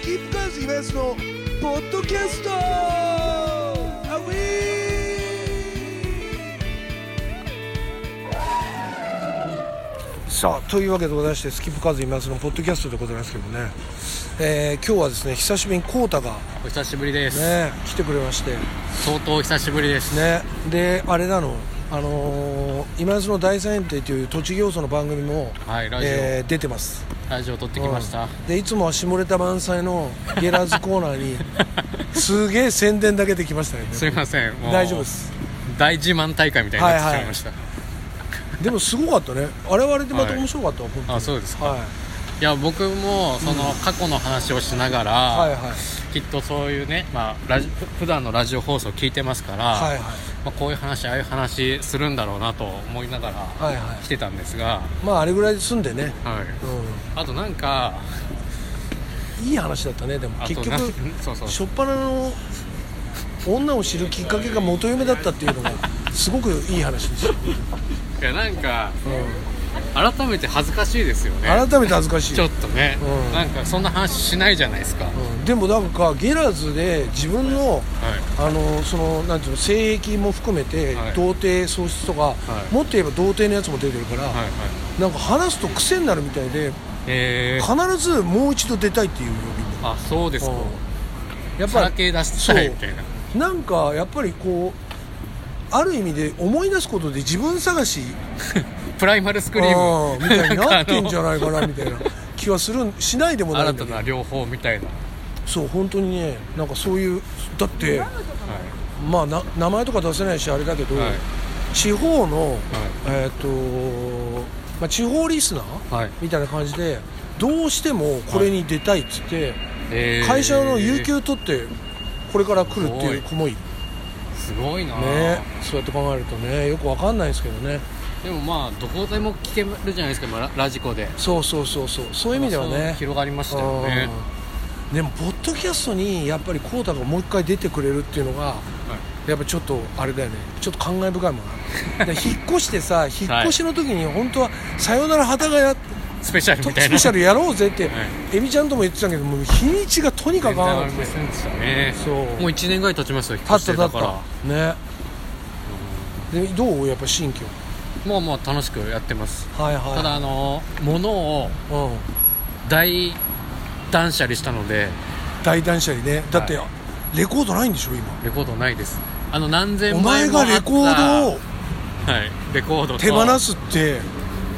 キープカーズイベントのポッドキャストアウィーさあというわけでございましてスキップカーズイベントのポッドキャストでございますけどね、えー今日はですね久しぶりにコウタがお久しぶりです、ね来てくれまして相当お久しぶりですねであれなのあのー、今津の第三園庭という栃木要素の番組も、はいラジオえー出てますラジオ撮ってきました、うんでいつもは下ネタ満載のゲラーズコーナーに すげえ宣伝だけできましたねすいませんもう大丈夫です大自慢大会みたいになってしまいました、いでもすごかったねあれはあれでまた面白かったわ、本当にあそうですかはい、や僕もその過去の話をしながら、はいはいきっとそういうね、まあ、ラジふ普段のラジオ放送聞いてますから、はいはいまあ、こういう話ああいう話するんだろうなと思いながらはいは来てたんですが、いまああれぐらいで済んでね、はい、うあとなんかん、いい話だったねでもあ結と局なん そうそう初っ端の女を知るきっかけが元嫁だったっていうのがすごくいい話でした、いやなんかう改めて恥ずかしいですよねん、改めて恥ずかしいちょっとね、うんなんかそんな話しないじゃないですか、うんでもなんかゲラーズで自分のはいあのそのなんていうの性癖も含めて、はい童貞喪失とか、いもっと言えば童貞のやつも出てるから、はいはいなんか話すと癖になるみたいでえー、必ずもう一度出たいっていうよあそうですりかも、うんやっさぱらりけ出したいみたいななんかやっぱりこうある意味で思い出すことで自分探しプライマルスクリーあ ムーみたいになってんじゃいないか なみたいな気はするんしないでもない新んだたけどな両方みたいな、そう本当にねなんかそういうだってはいまあな名前とか出せないしあれだけど、はい地方の、えーっとまあ、地方リスナー、はいみたいな感じでどうしてもこれに出たいっつって、えー会社の有給取ってこれから来るっていう子もいるすごいな、ねそうやって考えるとねよくわかんないですけどねでもまあどこでも聞けるじゃないですか今ララジコでそうそうそうそうそういう意味ではそうね広がりましたよねうんでもポッドキャストにやっぱりコウタがもう一回出てくれるっていうのが、やっぱちょっとあれだよねちょっと感慨深いもんなで 引っ越してさ引っ越しの時に本当は「さよなら旗がやスペシャルとみたいスなペシャルやろうぜ」っていエビちゃんとも言ってたけどもう日にちがとにか全く合然わあなりくてませんでしたねそうもう1年ぐらい経ちますよ引っ経越っしたて経たっからたねでどうやっぱ新居もうもう楽しくやってますはいはいただあの物をうん大断捨離したので大断捨離ねだって、はレコードないんでしょ今レコードないですあの何千お前枚もあがったレコードをはいレコードと手放すって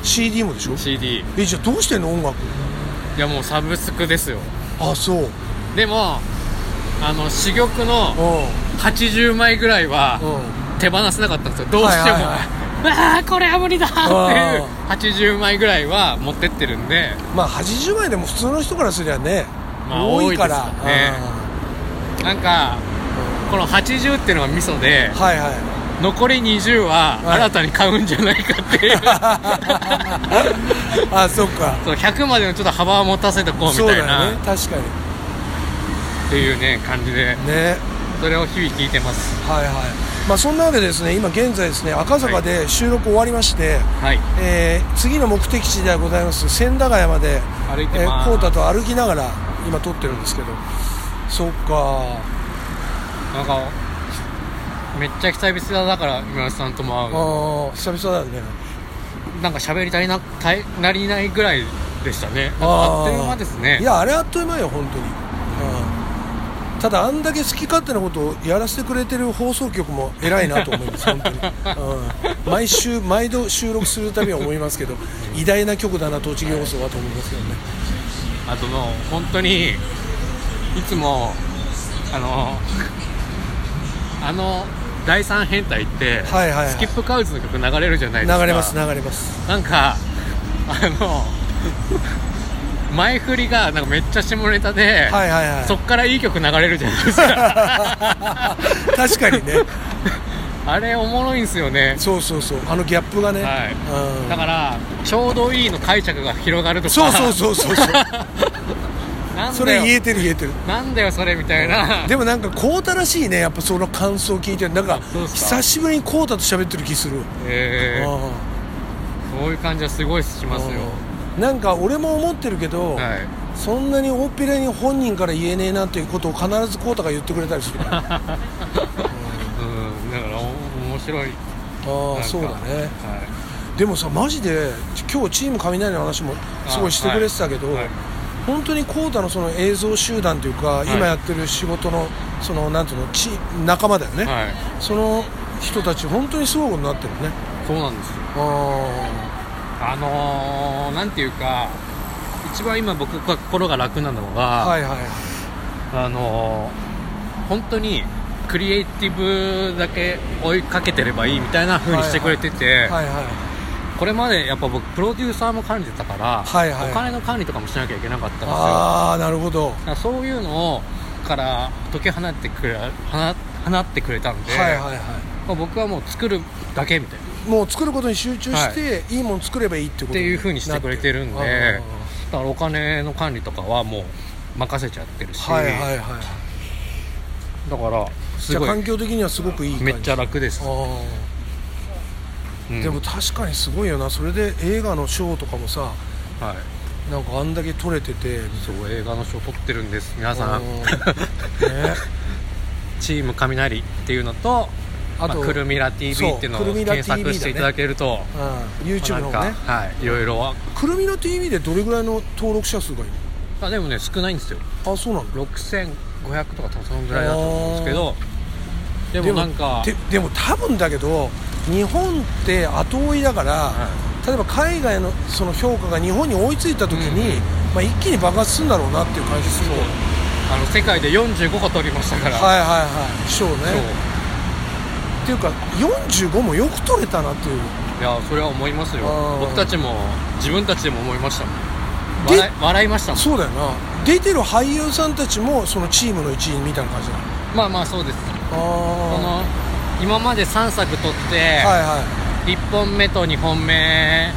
CD もでしょ CD いえじゃあどうしてんの音楽やもうサブスクですよあそううんでもあの珠玉の80枚ぐらいはうん手放せなかったんですよどうしても、はいはいわあこれは無理だあっていう80枚ぐらいは持ってってるんでまあ80枚でも普通の人からすりゃね、まあ多いから多いですよねなんかこの80っていうのがミソでうんはい は残り20ははい新たに買うんじゃないかってい ういあそっかそう100までのちょっと幅を持たせてこうみそうただいな、よね確かっていうね感じでにねそれを日々聞いてますはいはいまあそんなわけでですね今現在ですね赤坂で収録終わりまして、はいえー次の目的地ではございます千駄ヶ谷まで歩いてえーます浩太、と歩きながら今撮ってるんですけどそっかなんかめっちゃ久々だから今井さんともあ会ー久々だよねうなんか喋り足りな足りなりないぐらいでしたねなんかあっという間ですねいやあれあっという間よ本当に、うんただあんだけ好き勝手なことをやらせてくれてる放送局も偉いなと思います本 当に、うん、毎週毎度収録するたびは思いますけど偉大な局だな栃木放送はと思いますけどねあともう本当にいつもあのあの第三変態って、はいはいはいスキップカウズの曲流れるじゃないですか流れます流れますなんかあの前振りがなんかめっちゃ下ネタで、はいはいはいそっからいい曲流れるじゃないで すか確かにねあれおもろいんすよねそうそうそうあのギャップがね、はいうんだからちょうどいいの解釈が広がるとかそうそうそうそうそう なんだよそれ言えてる言えてるなんだよそれみたいなでもなんか浩太らしいねやっぱその感想聞いてなんかそうですか久しぶりに浩太と喋ってる気する、えーうんそういう感じはすごいしますよなんか俺も思ってるけど、はいそんなに大っぴらに本人から言えねえなということを必ず浩太が言ってくれたり するからあうんだからお面白いなんあかそうだねはでもさマジで今日チーム雷の話もいすごいしてくれてたけど、はいはい本当に浩太のその映像集団というか、い今やってる仕事のそのなんていうのチ仲間だよね、はいその人たち本当にすごいことになってるねそうなんですよああのー、なんていうか一番今僕が心が楽なのあは、はいはいあのー本当にクリエイティブだけ追いかけてればいいみたいな風にしてくれてて、はいはいこれまでやっぱ僕プロデューサーも管理してたから、はいはいお金の管理とかもしなきゃいけなかったんですよああなるほどだからそういうのをから解き放ってくれ放放ってくれたんで、はいはいはまあ僕はもう作るだけみたいないもう作ることに集中して、い、いもん作ればいいってことっていう風にしてくれてるんなでってるだからお金の管理とかはもう任せちゃってるし、ああはいはいはいだからじすゃあご環い境的にはすごくいい感じめっちゃ楽です、あうあんでも確かにすごいよなそれで映画の賞とかもさはいなんかあんだけ撮れててそう映画の賞取ってるんです皆さんあーねチーム雷っていうのとああと、 と、まあ、くるみら TV そうっていうのをくるみら検 TV 索していただけると、うん、YouTube の方まあなんねかはいいろいろくるみの TV でどれぐらいの登録者数がいるあでもね少ないんですよのあそうなんだ6500とか多分そのぐらいだと思うんですけどでもなんかででも多分だけど日本って後追いだから、は例えば海外のその評価が日本に追いついた時に、まあ、一気に爆発するんだろうなっていう感じするそうあの世界で45個取りましたから、はいはいはい賞ねそうっていうか45もよく取れたなっていういやそれは思いますよあー僕たちも自分たちでも思いましたもんで笑い笑いましたもんそうだよな出てる俳優さんたちもそのチームの一員みたいな感じなのまあまあそうですこあの今まで3作取って、あはいは1本目と2本目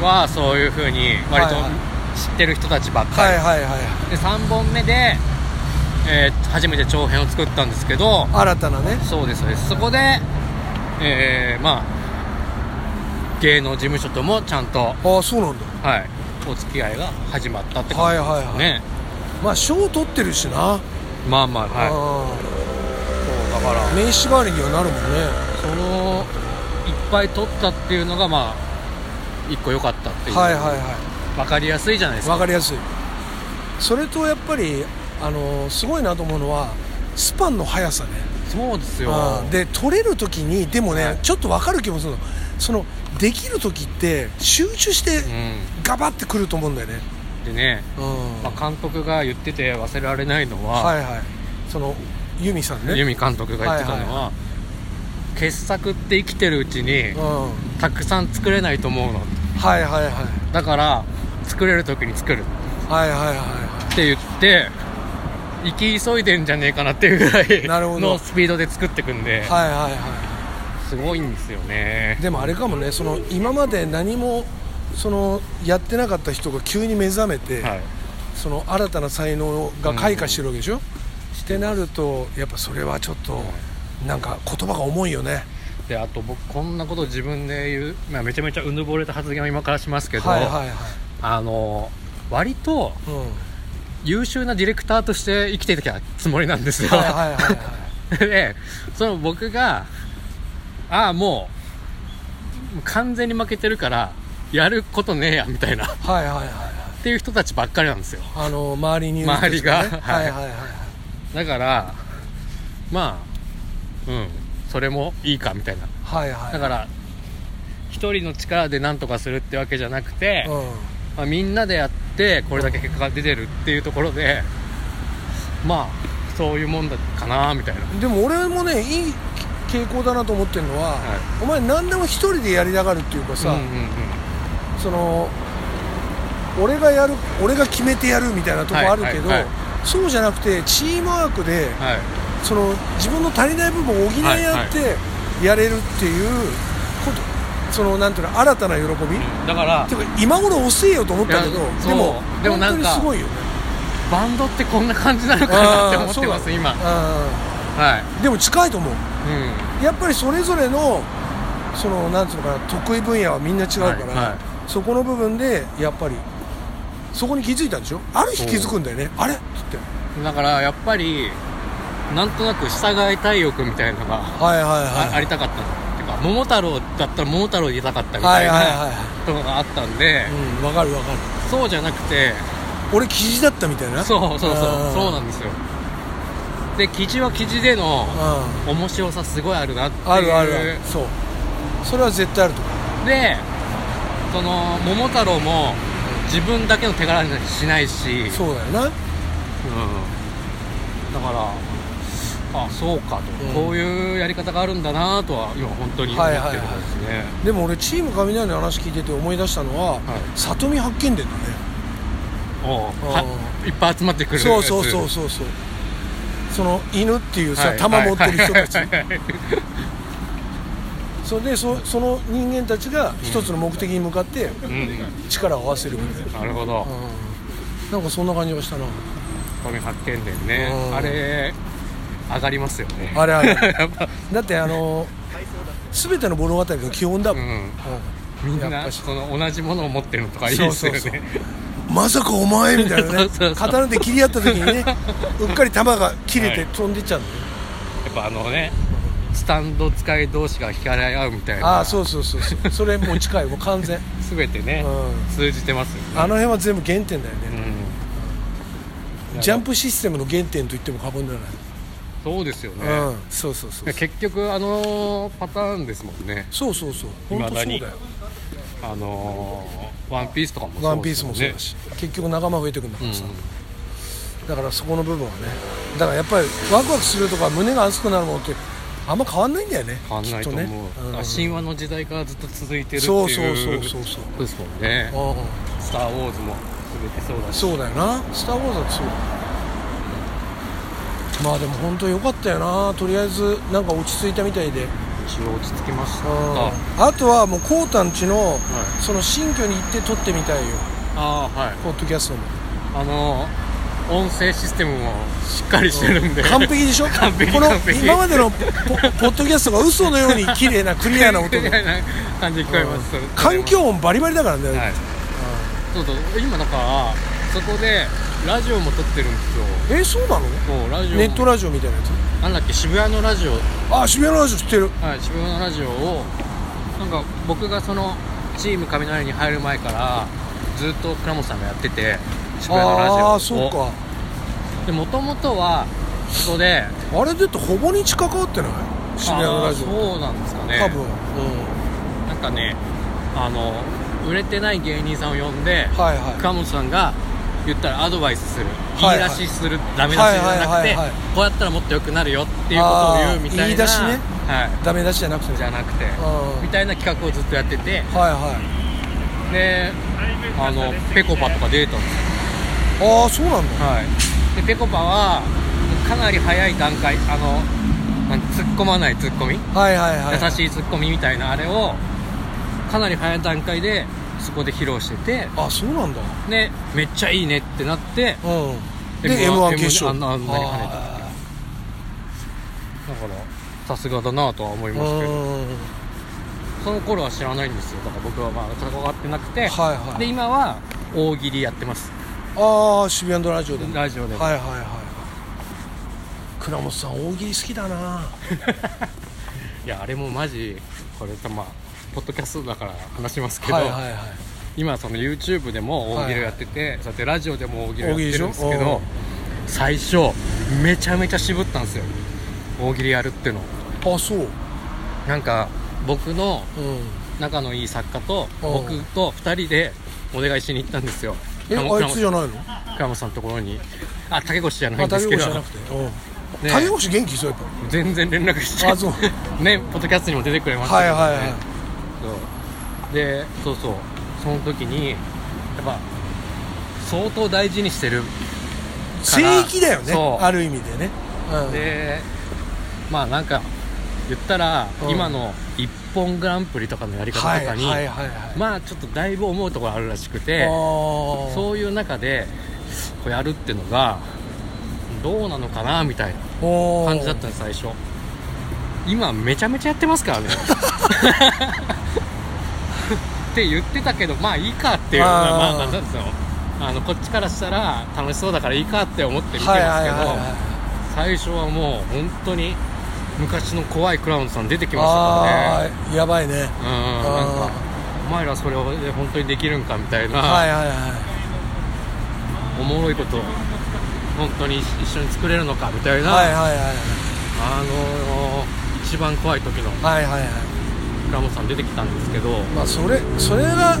はそういうふうに割とはいはい知ってる人たちばっかいり、はいはいはいで3本目で、えー初めて長編を作ったんですけど新たなねそうですそうですそこで、えーまあ芸能事務所ともちゃんと、ああそうなんだはい、お付き合いが始まったって感じですよね、はいまあ賞取ってるしな、まあまあはいあそうだからあ名刺代わりにはなるもんねそのいっぱい撮ったっていうのがまあ一個良かったっていう、はいはいは分かりやすいじゃないでいすわかかりやすいそれとやっぱりあのすごいなと思うのはスパンの速さねそうですようんで取れる時にでもね、はいちょっとわかる気もするのそのできる時って集中してうガバってくると思うんだよね、ん、でね、うんまあ、監督が言ってて忘れられないのは、はいはいその由美さんね由美監督が言ってたのは、傑作って生きてるうちにうんはたくさん作れないと思うのいはいはいはいだから作れる時に作るはいはいはって言って行き急いでんじゃねえかなっていうぐらないるほどのスピードで作ってくんでいはいはいはすごいんですよいねでもあれかもねその今まで何もそのやってなかった人が急に目覚めて、はいその新たな才能が開花してるわけでしょ、ってなるとやっぱそれはちょっとなんか言葉が重いよねであと僕こんなこと自分で言う、まあ、めちゃめちゃうぬぼれた発言を今からしますけど、はいはいはいあの割とうんはい優秀なディレクターとして生きてきたつもりなんですよ、はいはいはい でその僕がああもう完全に負けてるからやることねえやみたいなっはいはいはいていう人たちばっかりなんですよあの周りにいる人たちね周りがははいいはいはいだからまあうんそれもいいかみたいなはいはいだから一人の力で何とかするってわけじゃなくて、うんまあ、みんなでやってこれだけ結果が出てるっていうところでまあそういうもんだかなみたいなでも俺もねいい傾向だなと思ってるのは、はいお前何でも一人でやりたがるっていうかさ、うんうんうんその俺がやる俺が決めてやるみたいなとこはいあるけど、はいはいそうじゃなくてチームワークではいその自分の足りない部分を補い合ってやれるっていうこと、そのなんていうの新たな喜び、だからていうか今頃遅えよと思ったけどいやそうでもでもなん本当かにすごいよねバンドってこんな感じなのかなって思ってますあ今はいーでも近いと思ううやっぱりそれぞれのそのなんつうのかな得意分野はみんな違うから、はいはいそこの部分でやっぱりそこに気づいたんでしょある日気づくんだよねあれっつってだからやっぱりなんとなく従いたい欲みたいなのがはいはいああはいりたかったっていうか桃太郎だったら桃太郎でいたかったみはたいいはいなはとかがあったんでいうんわかるわかるそうじゃなくて俺記事だったみたいなそうそうそうあーそうなんですよで記事は記事でのう面白さすごいあるなっていうんあるあるあるそうそれは絶対あると思うでその桃太郎も自分だけの手柄にはしないしそうだよなうんだからあそうかと、うんこういうやり方があるんだなとは今本当に思ってるところですね、でも俺チーム雷の話聞いてて思い出したのは、い里見発 見伝だねおううんはいっぱい集まってくるやつそうそうそうそうそうその犬っていうさ、はい玉持ってる人たち、はいはいはいそれでそその人間たちが一つの目的に向かってうん力を合わせるみたいな、なるほどうんなんかそんな感じがしたなこれ発見伝ねうんあれ上がりますよねあれあれ やっぱだってあの全ての物語の基本だうもん、んうんみんやっなぱしその同じものを持ってるのとかいいですよね そうそうまさかお前みたいなねそうそうそう刀で切り合った時にねうっかり弾が切れてはい飛んでっちゃうんだよ、やっぱあのねスタンド使い同士が惹かれ合うみたいあなあそうそうそうそうそれもう近いもう完全、全てうねん、通じてますよねあの辺は全部原点だようね、んジャンプシステムの原点と言っても過言ではそうですよねない、うんそうそうそうそう結局あのパターンですもんねそうそうそう本当未そうだだによあのーワンピースとかも「そうワンピースもそうだし、結局仲間増えてくんだからですさよ、ねだからそこの部分はねだからやっぱりワクワクするとか胸が熱くなるものってあんま変わんないんだよねうん、変わんないと思う、きっとね、あ神話の時代からずっと続いてるっていうそうそうそうそうそうことですもんねうんうん「スター・ウォーズ」も全てそうだしそうだよな「スター・ウォーズ」だってそうだよまあでも本当良かったよなとりあえずなんか落ち着いたみたいで、うん一応落ち着きましたああとはもうコウタんちの、いその新居に行って撮ってみたいよあーはいポッドキャストもあのー音声システムもしっかりしてるんで、完璧でしょ完璧この完璧今までのポポッドキャストが嘘のように綺麗なクリアな音 みでたいな感じに聞こえます、それ環境音バリバリだからね、はいそうそう今だからそこでラジオも撮ってるんですよえそうなのそうラジオもネットラジオみたいなやつなんだっけ渋谷のラジオあ渋谷のラジオ知ってるはい渋谷のラジオをなんか僕がそのチーム雷に入る前からずっと倉本さんがやってて渋谷のラジオをああーそうかでもともとはそこであれだってほぼ日関わってない渋谷のラジオあーそうなんですかね多分、うん、なんかねあの売れてない芸人さんを呼んではいはい倉本さんが言ったらアドバイスする言はいいはい出しする、ダメ出しじゃなくはいはいてはいはいこうやったらもっと良くなるよっていうことを言うみたいなあー言い出しねはダメ出しじゃなくてい、じゃなくてうんみたいな企画をずっとやっててはいはいであのぺこぱとか出てたんですよ、ああそうなんだはい、でぺこぱはかなり早い段階あのなん突っ込まない突っ込みはいはいはい優しいツッコミみたいなあれをかなり早い段階でそこで披露しててあそうなんだでめっちゃいいねってなってうんでで m まあ1決勝あんなあんなに跳ねたあだからさすがだなとは思いーますけどうんその頃は知らないんですよだから僕はまあ関わってなくて、はいはいで今は大喜利やってますああ渋谷のラジオでもラジオでも、、はいはいはい倉本さん大喜利好きだないやあれもマジこれまあポッドキャストだから話しますけど、はいはいはい今その YouTube でも大喜利をやってて、そうやってラジオでも大喜利をやってるんです大喜け利でしょど最初めちゃめちゃ渋ったんですよ大喜利やるってのあそううんなんか僕の仲のいい作家とうん僕と2人でお願いしに行ったんですよえ倉本あいつじゃないの倉本さんのところにあ竹越じゃないあんで竹すけ越どじゃなくてうんね竹越元気そうやっ全然連絡してあそう ねポッドキャストにも出てくれまぱしたはいけど、ねはいはいそうでそうそうその時にやっぱ相当大事にしてる聖域だよねそうある意味でねうんでまあなんか言ったら、うん今の「一本グランプリ」とかのやり方はいとはかいに、はいはいまあちょっとだいぶ思うところあるらしくてあうそういう中でこうやるってのがどうなのかなみたいな感じだったの最初今めちゃめちゃやってま すからねって言ってたけどまあいいかっていうのがあーまあなんですよあのこっちからしたら楽しそうだからいいかって思って見てますはけいど、はいはいはい最初はもう本当に昔の怖いクラウンさん出てきましたからあねあやばいねうんなんかあお前らそれを本当にできるんかみたいな、はいはいはいおもろいこと本当に一緒に作れるのかみたいな、はいはいはいあの一番怖い時のはいはいはい倉本さん出てきたんですけどまあそれそれが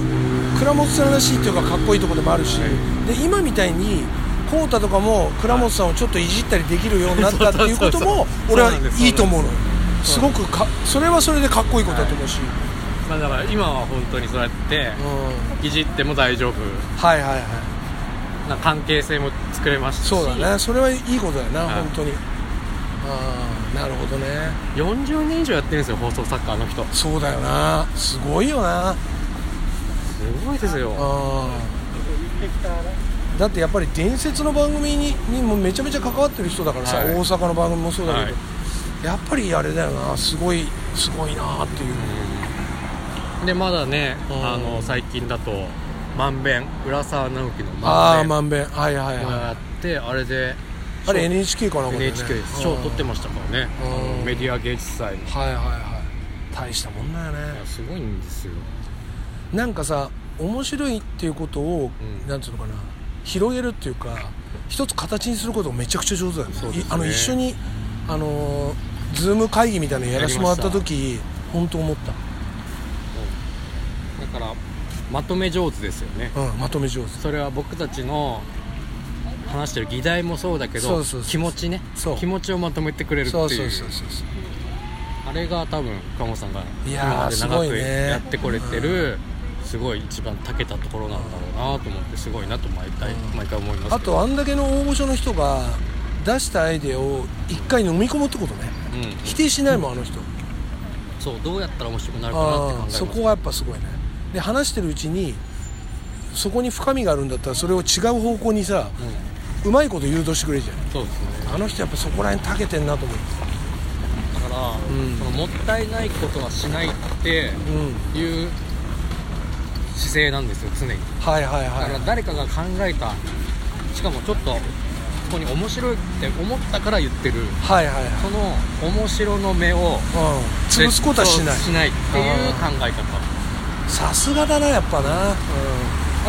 倉本さんらしいっていうかかっこいいところでもあるし、はで今みたいに浩太とかも倉本さんをちょっといじったりできるようになったっていうこともそうそうそうそう俺はそうなんですいいと思うのすそうなごくかそれはそれでかっこいいことだと思うし、まあ、だから今は本当にそうやってうんいじっても大丈夫はいはいはいな関係性も作れましたしそうだねそれはいいことだよな、はい本当にああなるほどね40年以上やってるんですよ放送作家あの人すそうだよなすごいよなごいですようんだってやっぱり伝説の番組ににもめちゃめちゃ関わってる人だからさ、はい大阪の番組もそうだけど、はいやっぱりあれだよなすごいすごいなっていう、でまだねうんあの最近だと「まんべん」浦沢直樹の「あまあんべん」もまんべんはいはいはい、やってあれであれ NHK かなこれね NHK で賞を取ってましたからねうんあのメディア芸術祭のういんはいはいはい大したもんだよねやすごいんですよなんかさ面白いっていうことを、うんなんていうのかな広げるっていうか一つ形にすることがめちゃくちゃ上手だよねそうですねいあの一緒にあのーズーム会議みたいなのやらせてもらった時本当思っだからまとめ上手ですよねた、うん、まとめ上手それは僕たちの話してる議題もそうだけどそうそうそう気持ちねそう気持ちをまとめてくれるっていそうそうそうそうそうあれが多分岡本さんがいやー今まです長ごいくねやってこれてるすごい一番たけたところなんだろうなと思ってすごいなと毎回うん毎回思いますあけどとあんだけの大御所の人が出したアイデアを一回飲み込むってことねうんうん否定しないもんあの人、そうどうやったら面白くなるかなって考えあまーすそこはやっぱすごいねで話してるうちにそこに深みがあるんだったらそれを違う方向にさうんうまいこと誘導してくれるじゃんそうですねあの人やっぱそこら辺長けてんなと思ってだからんそのもったいないことはしないってうんいう姿勢なんですよ常にはいはいだからは誰かが考えたしかもちょっとここに面白いって思ったから言ってるいはいはいその面白の目をはい、うん、潰すことはしないしないっていう考え方さすがだなやっぱなだっ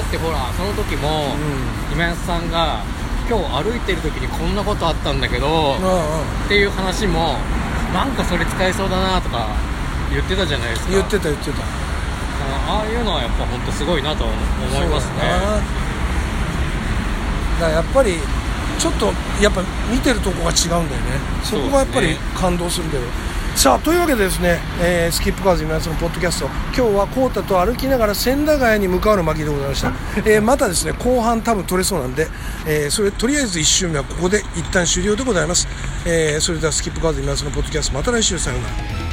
てほらその時もうん今安さんが今日歩いてる時にこんなことあったんだけどうんうんうんっていう話もなんかそれ使えそうだなとか言ってたじゃないですか言ってた言ってたああいうのはやっぱ本当すごいなと思いますねそうだなだからやっぱりちょっとやっぱ見てるとこが違うんだよねそこがやっぱそうりです感動するんだよ、さあというわけでですね、えースキップカーズ今やつのポッドキャスト今日はコータと歩きながら千駄ヶ谷に向かうの巻でございました、えーまたですね後半多分取れそうなんで、えーそれとりあえず1周目はここで一旦終了でございます、えーそれではスキップカーズ今やつのポッドキャストまた来週さようなら